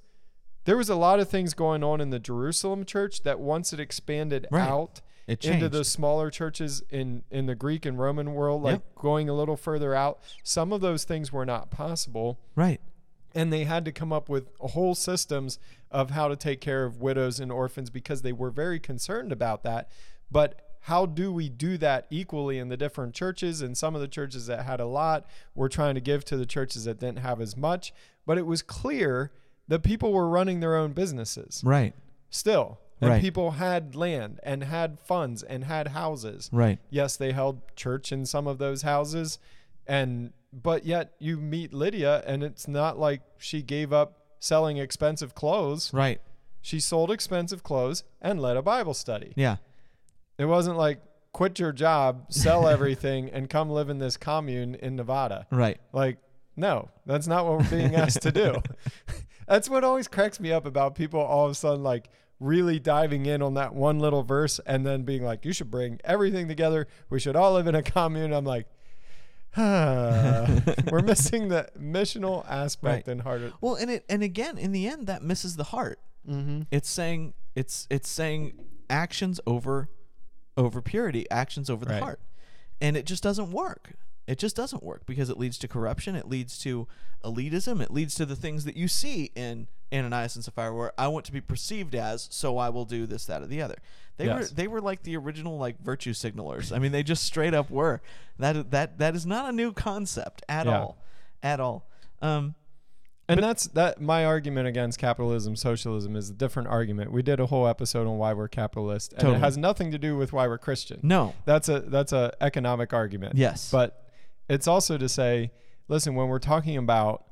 there was a lot of things going on in the Jerusalem church that once it expanded Right. out It into changed. the smaller churches in in the Greek and Roman world like Yep. going a little further out some of those things were not possible Right. and they had to come up with whole systems of how to take care of widows and orphans because they were very concerned about that but how do we do that equally in the different churches and some of the churches that had a lot were trying to give to the churches that didn't have as much but it was clear that people were running their own businesses Right. still and Right. people had land and had funds and had houses Right. yes they held church in some of those houses and but yet you meet lydia and it's not like she gave up selling expensive clothes Right. she sold expensive clothes and led a bible study Yeah. it wasn't like quit your job sell everything and come live in this commune in nevada Right. like no that's not what we're being asked to do that's what always cracks me up about people all of a sudden like really diving in on that one little verse and then being like you should bring everything together we should all live in a commune i'm like huh. we're missing the missional aspect Right. and harder Well, and it and again, in the end, that misses the heart. Mm-hmm. It's saying it's it's saying actions over over purity, actions over the Right. heart, and it just doesn't work. It just doesn't work because it leads to corruption. It leads to elitism. It leads to the things that you see in Ananias and Sapphira, where I want to be perceived as, so I will do this, that, or the other. They Yes. were they were like the original like virtue signalers. I mean, they just straight up were. That that that is not a new concept at Yeah. all, at all. Um, and that's that my argument against capitalism socialism is a different argument we did a whole episode on why we're capitalist and Totally. it has nothing to do with why we're christian no, that's a that's a economic argument Yes. but it's also to say listen when we're talking about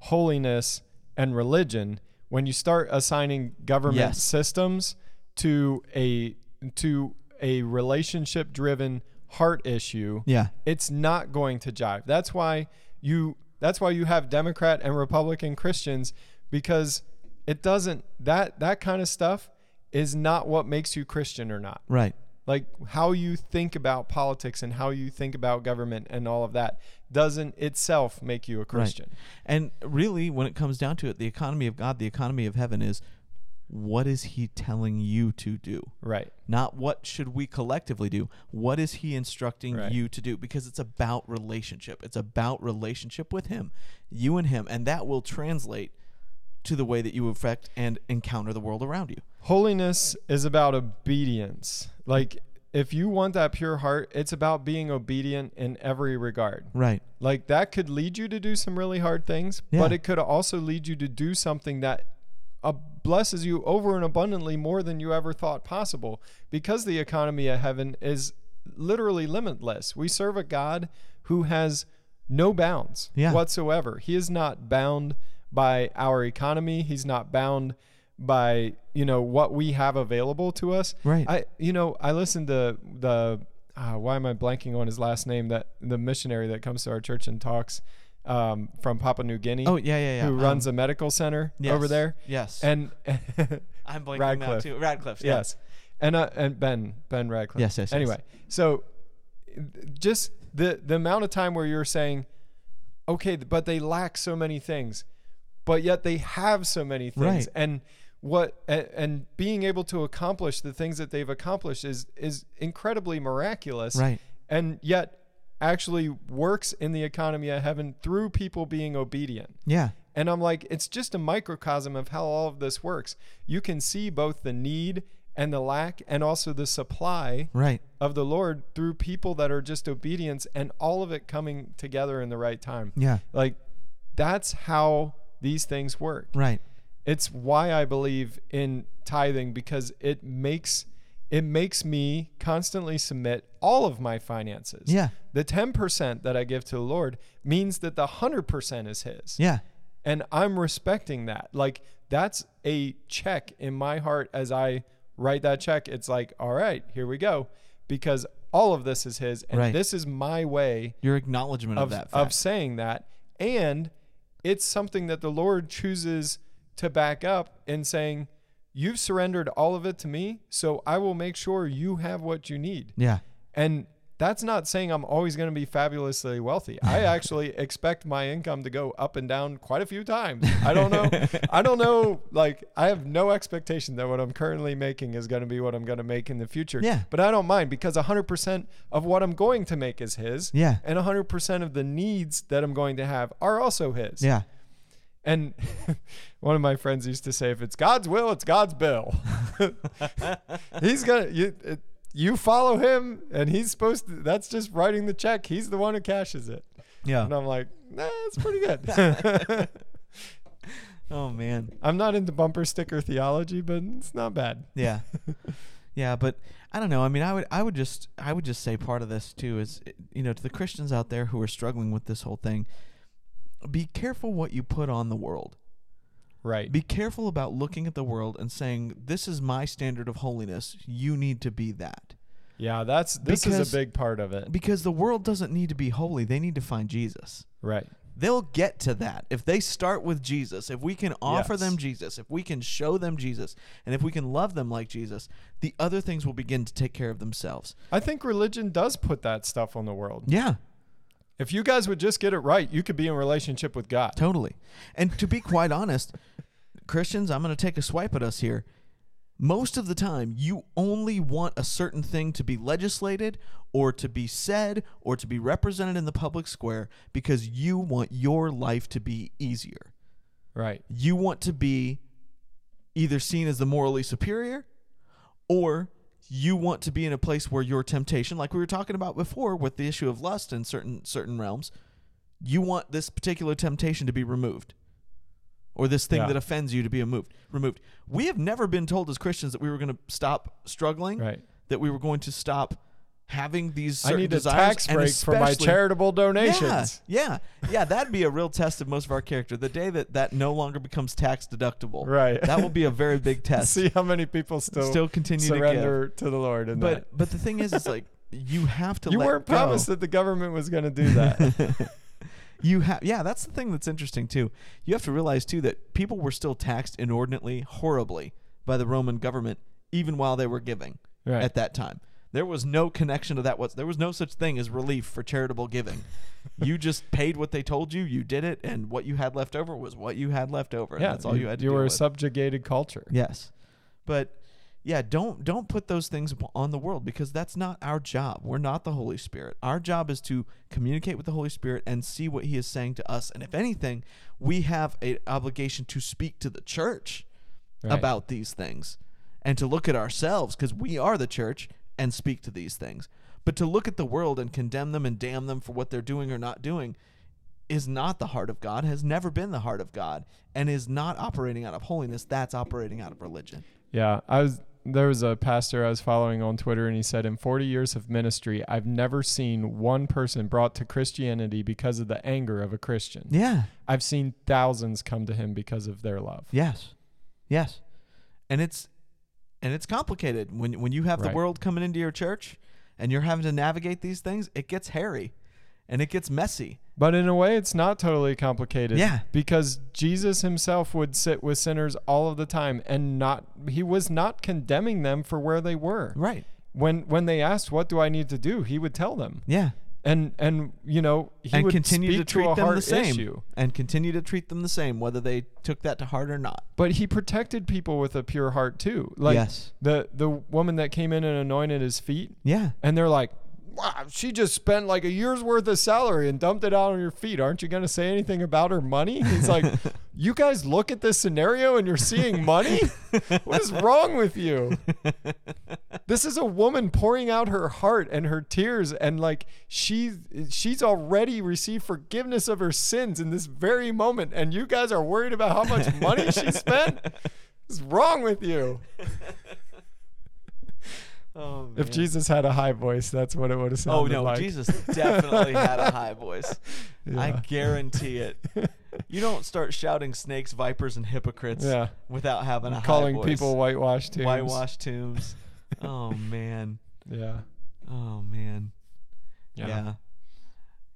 holiness and religion when you start assigning government Yes. systems to a to a relationship driven heart issue Yeah. it's not going to jive. That's why you that's why you have Democrat and Republican Christians because it doesn't that that kind of stuff is not what makes you Christian or not. Right. Like how you think about politics and how you think about government and all of that doesn't itself make you a Christian. And really, when it comes down to it, the economy of God, the economy of heaven is what is He telling you to do? Right. Not what should we collectively do. What is He instructing Right. you to do? Because it's about relationship. It's about relationship with Him, you and Him. And that will translate to the way that you affect and encounter the world around you. Holiness is about obedience. Like if you want that pure heart, it's about being obedient in every regard. Right. Like that could lead you to do some really hard things, Yeah. but it could also lead you to do something that a blesses you over and abundantly more than you ever thought possible because the economy of heaven is literally limitless. We serve a God who has no bounds Yeah. whatsoever. He is not bound by our economy. He's not bound by, you know, what we have available to us. Right. I you know, I listened to the uh, why am I blanking on his last name that the missionary that comes to our church and talks um, from Papua New Guinea Oh yeah, yeah, yeah. who Um, runs a medical center yes, over there. Yes. And I'm blanking now Radcliffe. too. Radcliffe. yeah. yes, and uh, and Ben Ben Radcliffe. Yes, yes, yes. Anyway, so just the the amount of time where you're saying, okay, but they lack so many things, but yet they have so many things, Right. and what and, and being able to accomplish the things that they've accomplished is is incredibly miraculous Right. and yet actually works in the economy of heaven through people being obedient Yeah. and I'm like, it's just a microcosm of how all of this works. You can see both the need and the lack and also the supply Right. of the Lord through people that are just obedience and all of it coming together in the right time. Yeah. Like, that's how these things work. Right. It's why I believe in tithing because it makes it makes me constantly submit all of my finances. Yeah. The 10% that I give to the Lord means that the 100% is his Yeah. and I'm respecting that. Like that's a check in my heart as I write that check. It's like, all right, here we go, because all of this is his, and Right. this is my way Your acknowledgement of, of that of fact. saying that, and it's something that the Lord chooses to back up in saying, "You've surrendered all of it to me, so I will make sure you have what you need." yeah. And that's not saying I'm always going to be fabulously wealthy. I actually expect my income to go up and down quite a few times. I don't know. I don't know. Like, I have no expectation that what I'm currently making is going to be what I'm going to make in the future. Yeah. But I don't mind because 100% of what I'm going to make is His. Yeah. And 100% of the needs that I'm going to have are also His. Yeah. And one of my friends used to say, if it's God's will, it's God's bill. he's gonna you it, you follow him, and he's supposed to. That's just writing the check. He's the one who cashes it. Yeah. And I'm like, nah, it's pretty good. Oh man. I'm not into bumper sticker theology, but it's not bad. Yeah. yeah, but I don't know. I mean, I would I would just I would just say part of this too is you know, to the Christians out there who are struggling with this whole thing, be careful what you put on the world. Right. Be careful about looking at the world and saying this is my standard of holiness. You need to be that. yeah, that's this is Because- a big part of it. Because the world doesn't need to be holy. They need to find Jesus. Right. They'll get to that. If they start with Jesus, if we can offer Yes. them Jesus, if we can show them Jesus, and if we can love them like Jesus, the other things will begin to take care of themselves. I think religion does put that stuff on the world. Yeah, If you guys would just get it right, you could be in relationship with God. totally. And to be quite honest, Christians, I'm going to take a swipe at us here. Most of the time, you only want a certain thing to be legislated or to be said or to be represented in the public square because you want your life to be easier. Right. you want to be either seen as the morally superior or you want to be in a place where your temptation like we were talking about before with the issue of lust in certain certain realms you want this particular temptation to be removed or this thing Yeah. that offends you to be removed removed we have never been told as christians that we were going to stop struggling Right. that we were going to stop having these I certain need a desires tax and break for my especially- charitable donations. yeah, yeah, yeah. That'd be a real test of most of our character. The day that that no longer becomes tax deductible, Right. That will be a very big test. See how many people still Still continue to give. surrender to, the Lord. In but but the thing is, it's like you have to. that. you let weren't go. promised that the government was going to do that. You have yeah. That's the thing that's interesting too. You have to realize too that people were still taxed inordinately, horribly by the Roman government, even while they were giving Right. at that time. There was no connection to that. What's there was no such thing as relief for charitable giving. you just paid what they told you. You did it, and what you had left over was what you had left over. and yeah, that's all you, had. to You deal were a with. subjugated culture. Yes. But yeah, don't don't put those things on the world because that's not our job. We're not the Holy Spirit. Our job is to communicate with the Holy Spirit and see what he is saying to us. And if anything, we have an obligation to speak to the church Right. about these things and to look at ourselves because we are the church and speak to these things. But to look at the world and condemn them and damn them for what they're doing or not doing is not the heart of God, has never been the heart of God, and is not operating out of holiness. That's operating out of religion. Yeah, I was there was a pastor I was following on Twitter and he said in 40 years of ministry, I've never seen one person brought to Christianity because of the anger of a Christian. Yeah. I've seen thousands come to him because of their love. Yes. Yes. And it's and it's complicated when when you have the Right. world coming into your church and you're having to navigate these things, it gets hairy and it gets messy. But in a way it's not totally complicated. Yeah. Because Jesus himself would sit with sinners all of the time and not he was not condemning them for where they were. Right. When when they asked what do I need to do, he would tell them. Yeah. And and you know, he and would continue speak to treat a them heart the same. issue. And continue to treat them the same, whether they took that to heart or not. But he protected people with a pure heart too. Like Yes. the the woman that came in and anointed his feet, Yeah. and they're like, "Wow, she just spent like a year's worth of salary and dumped it out on your feet. Aren't you gonna say anything about her money?" He's like, "You guys look at this scenario and you're seeing money. what is wrong with you?" this is a woman pouring out her heart and her tears and like she's she's already received forgiveness of her sins in this very moment and you guys are worried about how much money she spent what's wrong with you Oh, if jesus had a high voice that's what it would have sounded Oh no, like Jesus definitely had a high voice. I Yeah. guarantee it. You don't start shouting snakes, vipers, and hypocrites Yeah. without having a calling high voice. people whitewashed tombs. whitewashed tombs. oh man, yeah oh man, Yeah. yeah.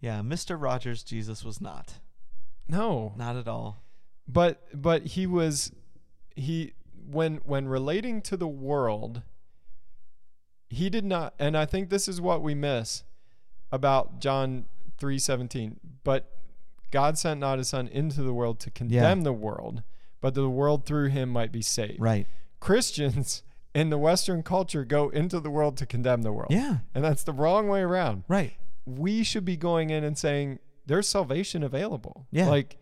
yeah, Mr. Rogers, Jesus was not, no not at all. but but he was he when when relating to the world he did not and i think this is what we miss about john 3:17 but god sent not his son into the world to condemn the world but that the world through him might be saved Right. christians in the western culture go into the world to condemn the world Yeah. and that's the wrong way around Right. we should be going in and saying there's salvation available Yeah. like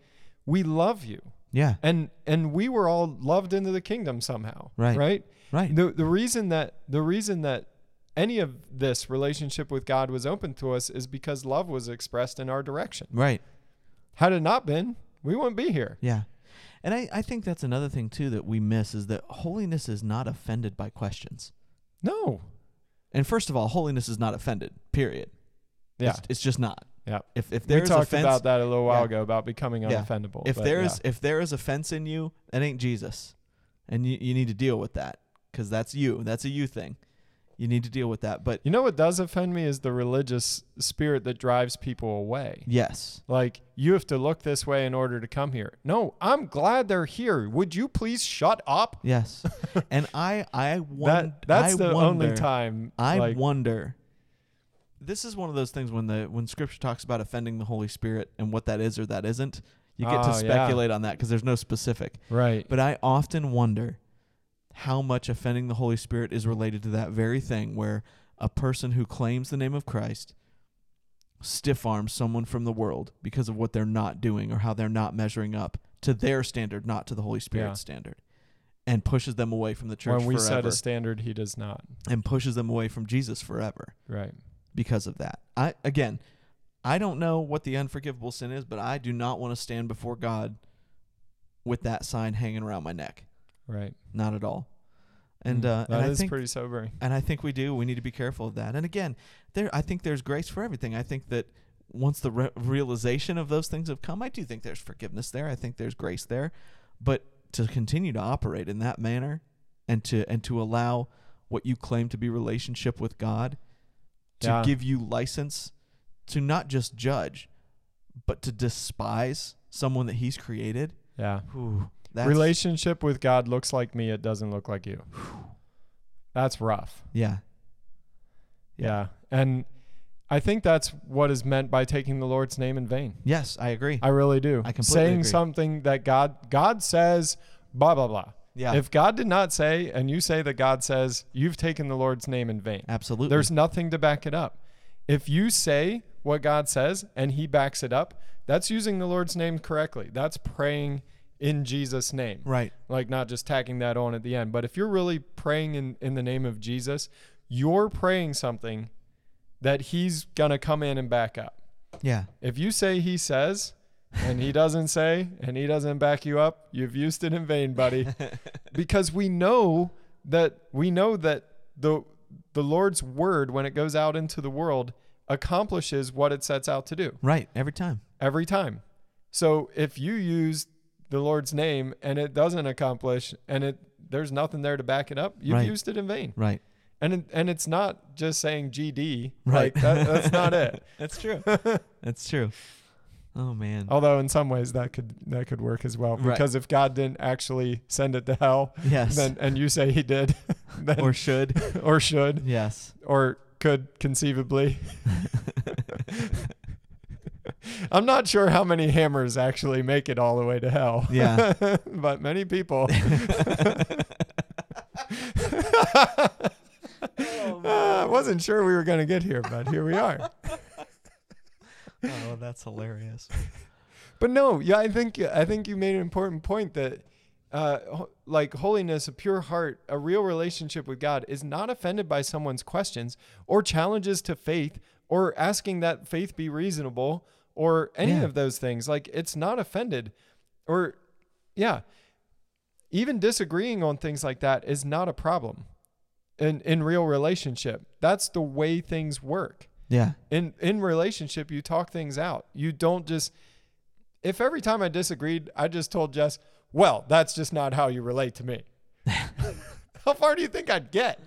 we love you Yeah. and and we were all loved into the kingdom somehow Right. right Right. the, the reason that the reason that any of this relationship with god was open to us is because love was expressed in our direction Right. had it not been we wouldn't be here Yeah. And I, I think that's another thing too that we miss is that holiness is not offended by questions. no And first of all, holiness is not offended. Period. yeah It's, it's just not. yeah If if we there's talked offense, about that a little while Yeah. ago about becoming Yeah. unoffendable if but there is yeah. if there is offense in you, that ain't Jesus, and you you need to deal with that because that's you. That's a you thing. You need to deal with that. But you know what does offend me is the religious spirit that drives people away yes, Like, you have to look this way in order to come here. No, I'm glad they're here. Would you please shut up? yes, and I I won- That that's I the only wonder- time I like, wonder. This is one of those things when the when Scripture talks about offending the Holy Spirit and what that is or that isn't. You get to Oh, yeah. speculate on that because there's no specific. right. But I often wonder how much offending the Holy Spirit is related to that very thing where a person who claims the name of Christ stiff arms someone from the world because of what they're not doing or how they're not measuring up to their standard, not to the Holy Spirit's Yeah. standard, and pushes them away from the church When we set forever a standard, he does not. and pushes them away from Jesus forever Right. because of that. I again, I don't know what the unforgivable sin is, but I do not want to stand before God with that sign hanging around my neck Right. not at all. And Mm. uh, That and I is think pretty sobering. and I think we do. We need to be careful of that. And again, there I think there's grace for everything. I think that once the re- realization of those things have come, I do think there's forgiveness there. I think there's grace there. But to continue to operate in that manner and to and to allow what you claim to be relationship with God to Yeah. give you license to not just judge, but to despise someone that he's created. Yeah. Ooh, that's Relationship with God looks like me, it doesn't look like you. That's rough. yeah. Yeah. And I think that's what is meant by taking the Lord's name in vain. Yes, I agree. I really do. I completely Saying agree. something that God God says blah blah blah. yeah. If God did not say, and you say that God says, you've taken the Lord's name in vain. Absolutely. There's nothing to back it up. If you say what God says and he backs it up, that's using the Lord's name correctly. That's praying in Jesus' name. right. Like not just tacking that on at the end. But if you're really praying in, in the name of Jesus, you're praying something that he's gonna come in and back up. Yeah. If you say he says, and he doesn't say and he doesn't back you up, you've used it in vain, buddy. because we know that we know that the the Lord's word when it goes out into the world accomplishes what it sets out to do Right, every time. every time. So if you use the Lord's name and it doesn't accomplish and it there's nothing there to back it up, you've Right. used it in vain. Right. And it, and it's not just saying GD. Right. Like that, that's not it. That's true. That's true. Oh man. Mm. Although in some ways that could that could work as well Right. because if God didn't actually send it to hell, yes. then and you say He did, then or or, should. should yes. or could conceivably. I'm not sure how many hammers actually make it all the way to hell. Yeah. but many people. I wasn't sure we were going to get here, but here we are. Oh, that's hilarious. But no, yeah, I think I think you made an important point that uh, ho- like holiness, a pure heart, a real relationship with God is not offended by someone's questions or challenges to faith or asking that faith be reasonable or any Yeah. of those things. Like it's not offended or yeah, even disagreeing on things like that is not a problem in in real relationship. That's the way things work Yeah. in in relationship you talk things out you don't just if every time i disagreed i just told jess well that's just not how you relate to me how far do you think i'd get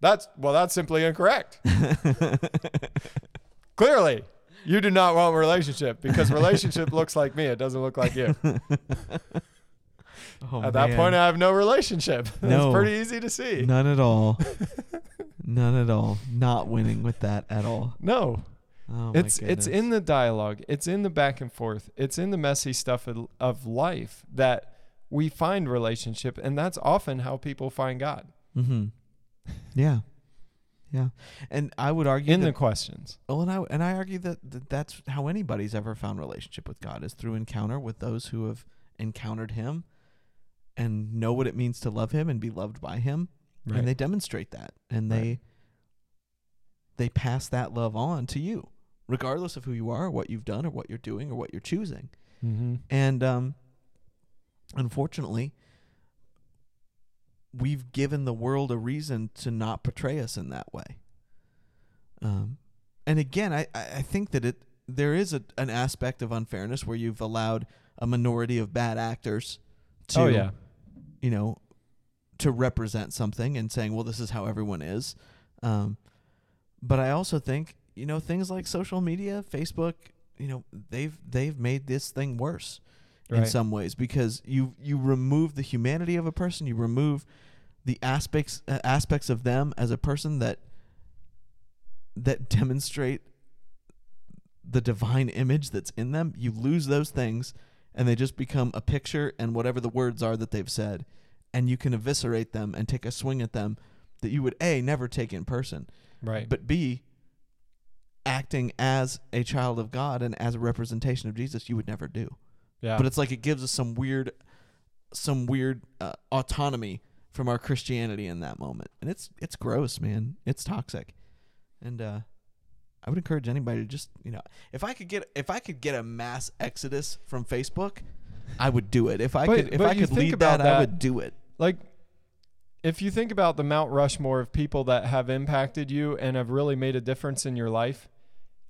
that's well that's simply incorrect clearly you do not want a relationship because relationship looks like me it doesn't look like you Oh, at that point i have no relationship No. it's pretty easy to see none at all. none at all. Not winning with that at all. no. Oh it's my it's goodness. in the dialogue it's in the back and forth it's in the messy stuff of, of life that we find relationship and that's often how people find god Mm-hmm. Yeah. Yeah. And I would argue in that, the questions oh, and I and I argue that, that that's how anybody's ever found relationship with God is through encounter with those who have encountered Him and know what it means to love Him and be loved by Him, and they demonstrate that, and they they pass that love on to you, regardless of who you are, or what you've done, or what you're doing, or what you're choosing. mm-hmm. And um, unfortunately, we've given the world a reason to not portray us in that way. Um, and again, I, I I think that it there is a, an aspect of unfairness where you've allowed a minority of bad actors to oh yeah you know, to represent something and saying, well, this is how everyone is. Um, but I also think, you know, things like social media, Facebook, you know, they've they've made this thing worse in Right. some ways because you you remove the humanity of a person, you remove the aspects uh, aspects of them as a person that that demonstrate the divine image that's in them. You lose those things and they just become a picture and whatever the words are that they've said and you can eviscerate them and take a swing at them that you would a never take in person right but b acting as a child of god and as a representation of jesus you would never do yeah but it's like it gives us some weird some weird uh, autonomy from our christianity in that moment and it's it's gross man it's toxic and uh i would encourage anybody to just you know if i could get if i could get a mass exodus from facebook i would do it if i But- could if but i you could think lead about that, that- i would do it like if you think about the mount rushmore of people that have impacted you and have really made a difference in your life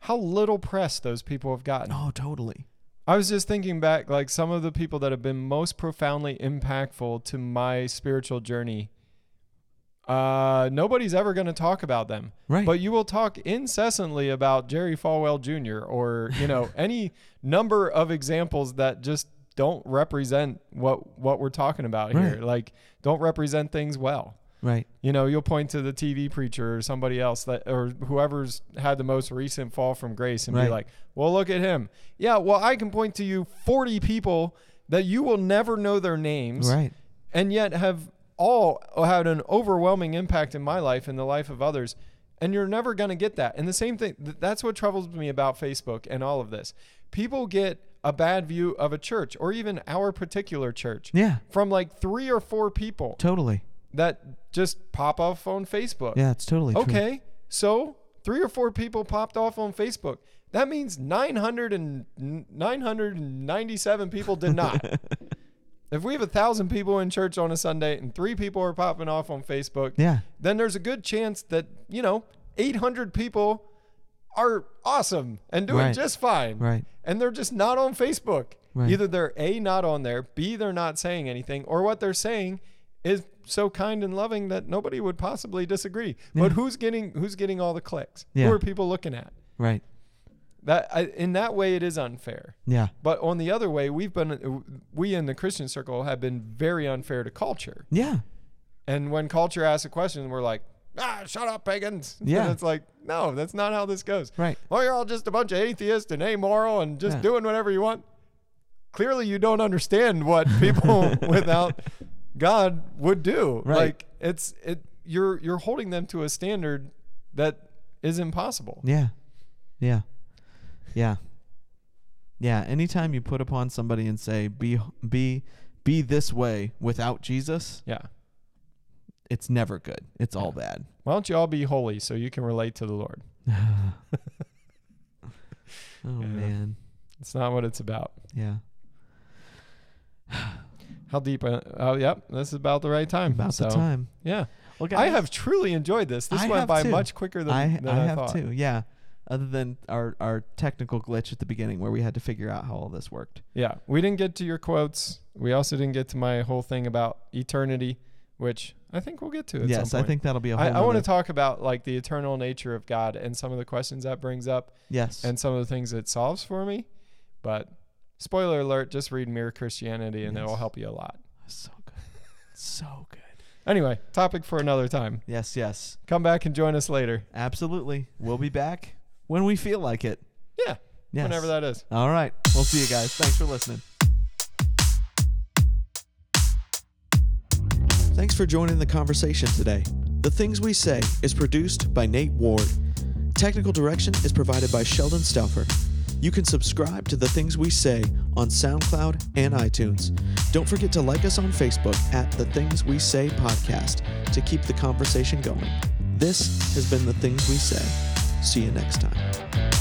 how little press those people have gotten oh totally I was just thinking back, like some of the people that have been most profoundly impactful to my spiritual journey. Uh, nobody's ever going to talk about them, right but you will talk incessantly about Jerry Falwell Jr. or you know any number of examples that just don't represent what what we're talking about here. Right. Like don't represent things well. right You know, you'll point to the TV preacher or somebody else that, or whoever's had the most recent fall from grace and be Right. like, well, look at him. Yeah, well, I can point to you 40 people that you will never know their names right and yet have all had an overwhelming impact in my life and the life of others. And you're never going to get that. And the same thing, th- that's what troubles me about Facebook and all of this. People get a bad view of a church or even our particular church yeah from like three or four people totally that just pop off on Facebook. yeah it's totally true. okay, so three or four people popped off on Facebook. That means 900 and 997 people did not. if we have a thousand people in church on a Sunday and three people are popping off on Facebook, Yeah. then there's a good chance that you know 800 people are awesome and doing Right. just fine Right. and they're just not on facebook Right. either they're a not on there b they're not saying anything or what they're saying is so kind and loving that nobody would possibly disagree but who's getting who's getting all the clicks Yeah. who are people looking at Right. that I, in that way it is unfair Yeah. but on the other way we've been we in the christian circle have been very unfair to culture Yeah. and when culture asks a question, we're like, ah, shut up, pagans. Yeah. And it's like, no, that's not how this goes. Right. Oh, you're all just a bunch of atheists and amoral and just Yeah. doing whatever you want. Clearly, you don't understand what people without God would do. Right. Like it's it you're you're holding them to a standard that is impossible. Yeah. Yeah. Yeah. Yeah. Anytime you put upon somebody and say be be be this way without Jesus, Yeah. it's never good. It's all bad. Why don't you all be holy so you can relate to the Lord? oh man. It's not what it's about. Yeah. How deep? uh, Oh, yep. This is about the right time. About so, the time. Yeah. Well, I guys, have truly enjoyed this. This I went have by too. much quicker than I, than I have thought. too. Yeah. Other than our our technical glitch at the beginning where we had to figure out how all this worked. Yeah, we didn't get to your quotes. We also didn't get to my whole thing about eternity, which I think we'll get to. At yes, some I point. think that'll be a whole I, I want to nother- talk about like the eternal nature of God and some of the questions that brings up Yes. and some of the things it solves for me. But spoiler alert: just read Mere Christianity, and it will Yes. help you a lot. so good. so good. Anyway, topic for another time. Yes, yes. Come back and join us later. Absolutely. We'll be back when we feel like it. Yeah, Yes. whenever that is. All right. We'll see you guys. Thanks for listening. Thanks for joining the conversation today. The Things We Say is produced by Nate Ward. Technical direction is provided by Sheldon Stauffer. You can subscribe to The Things We Say on SoundCloud and iTunes. Don't forget to like us on Facebook at The Things We Say Podcast to keep the conversation going. This has been The Things We Say. See you next time.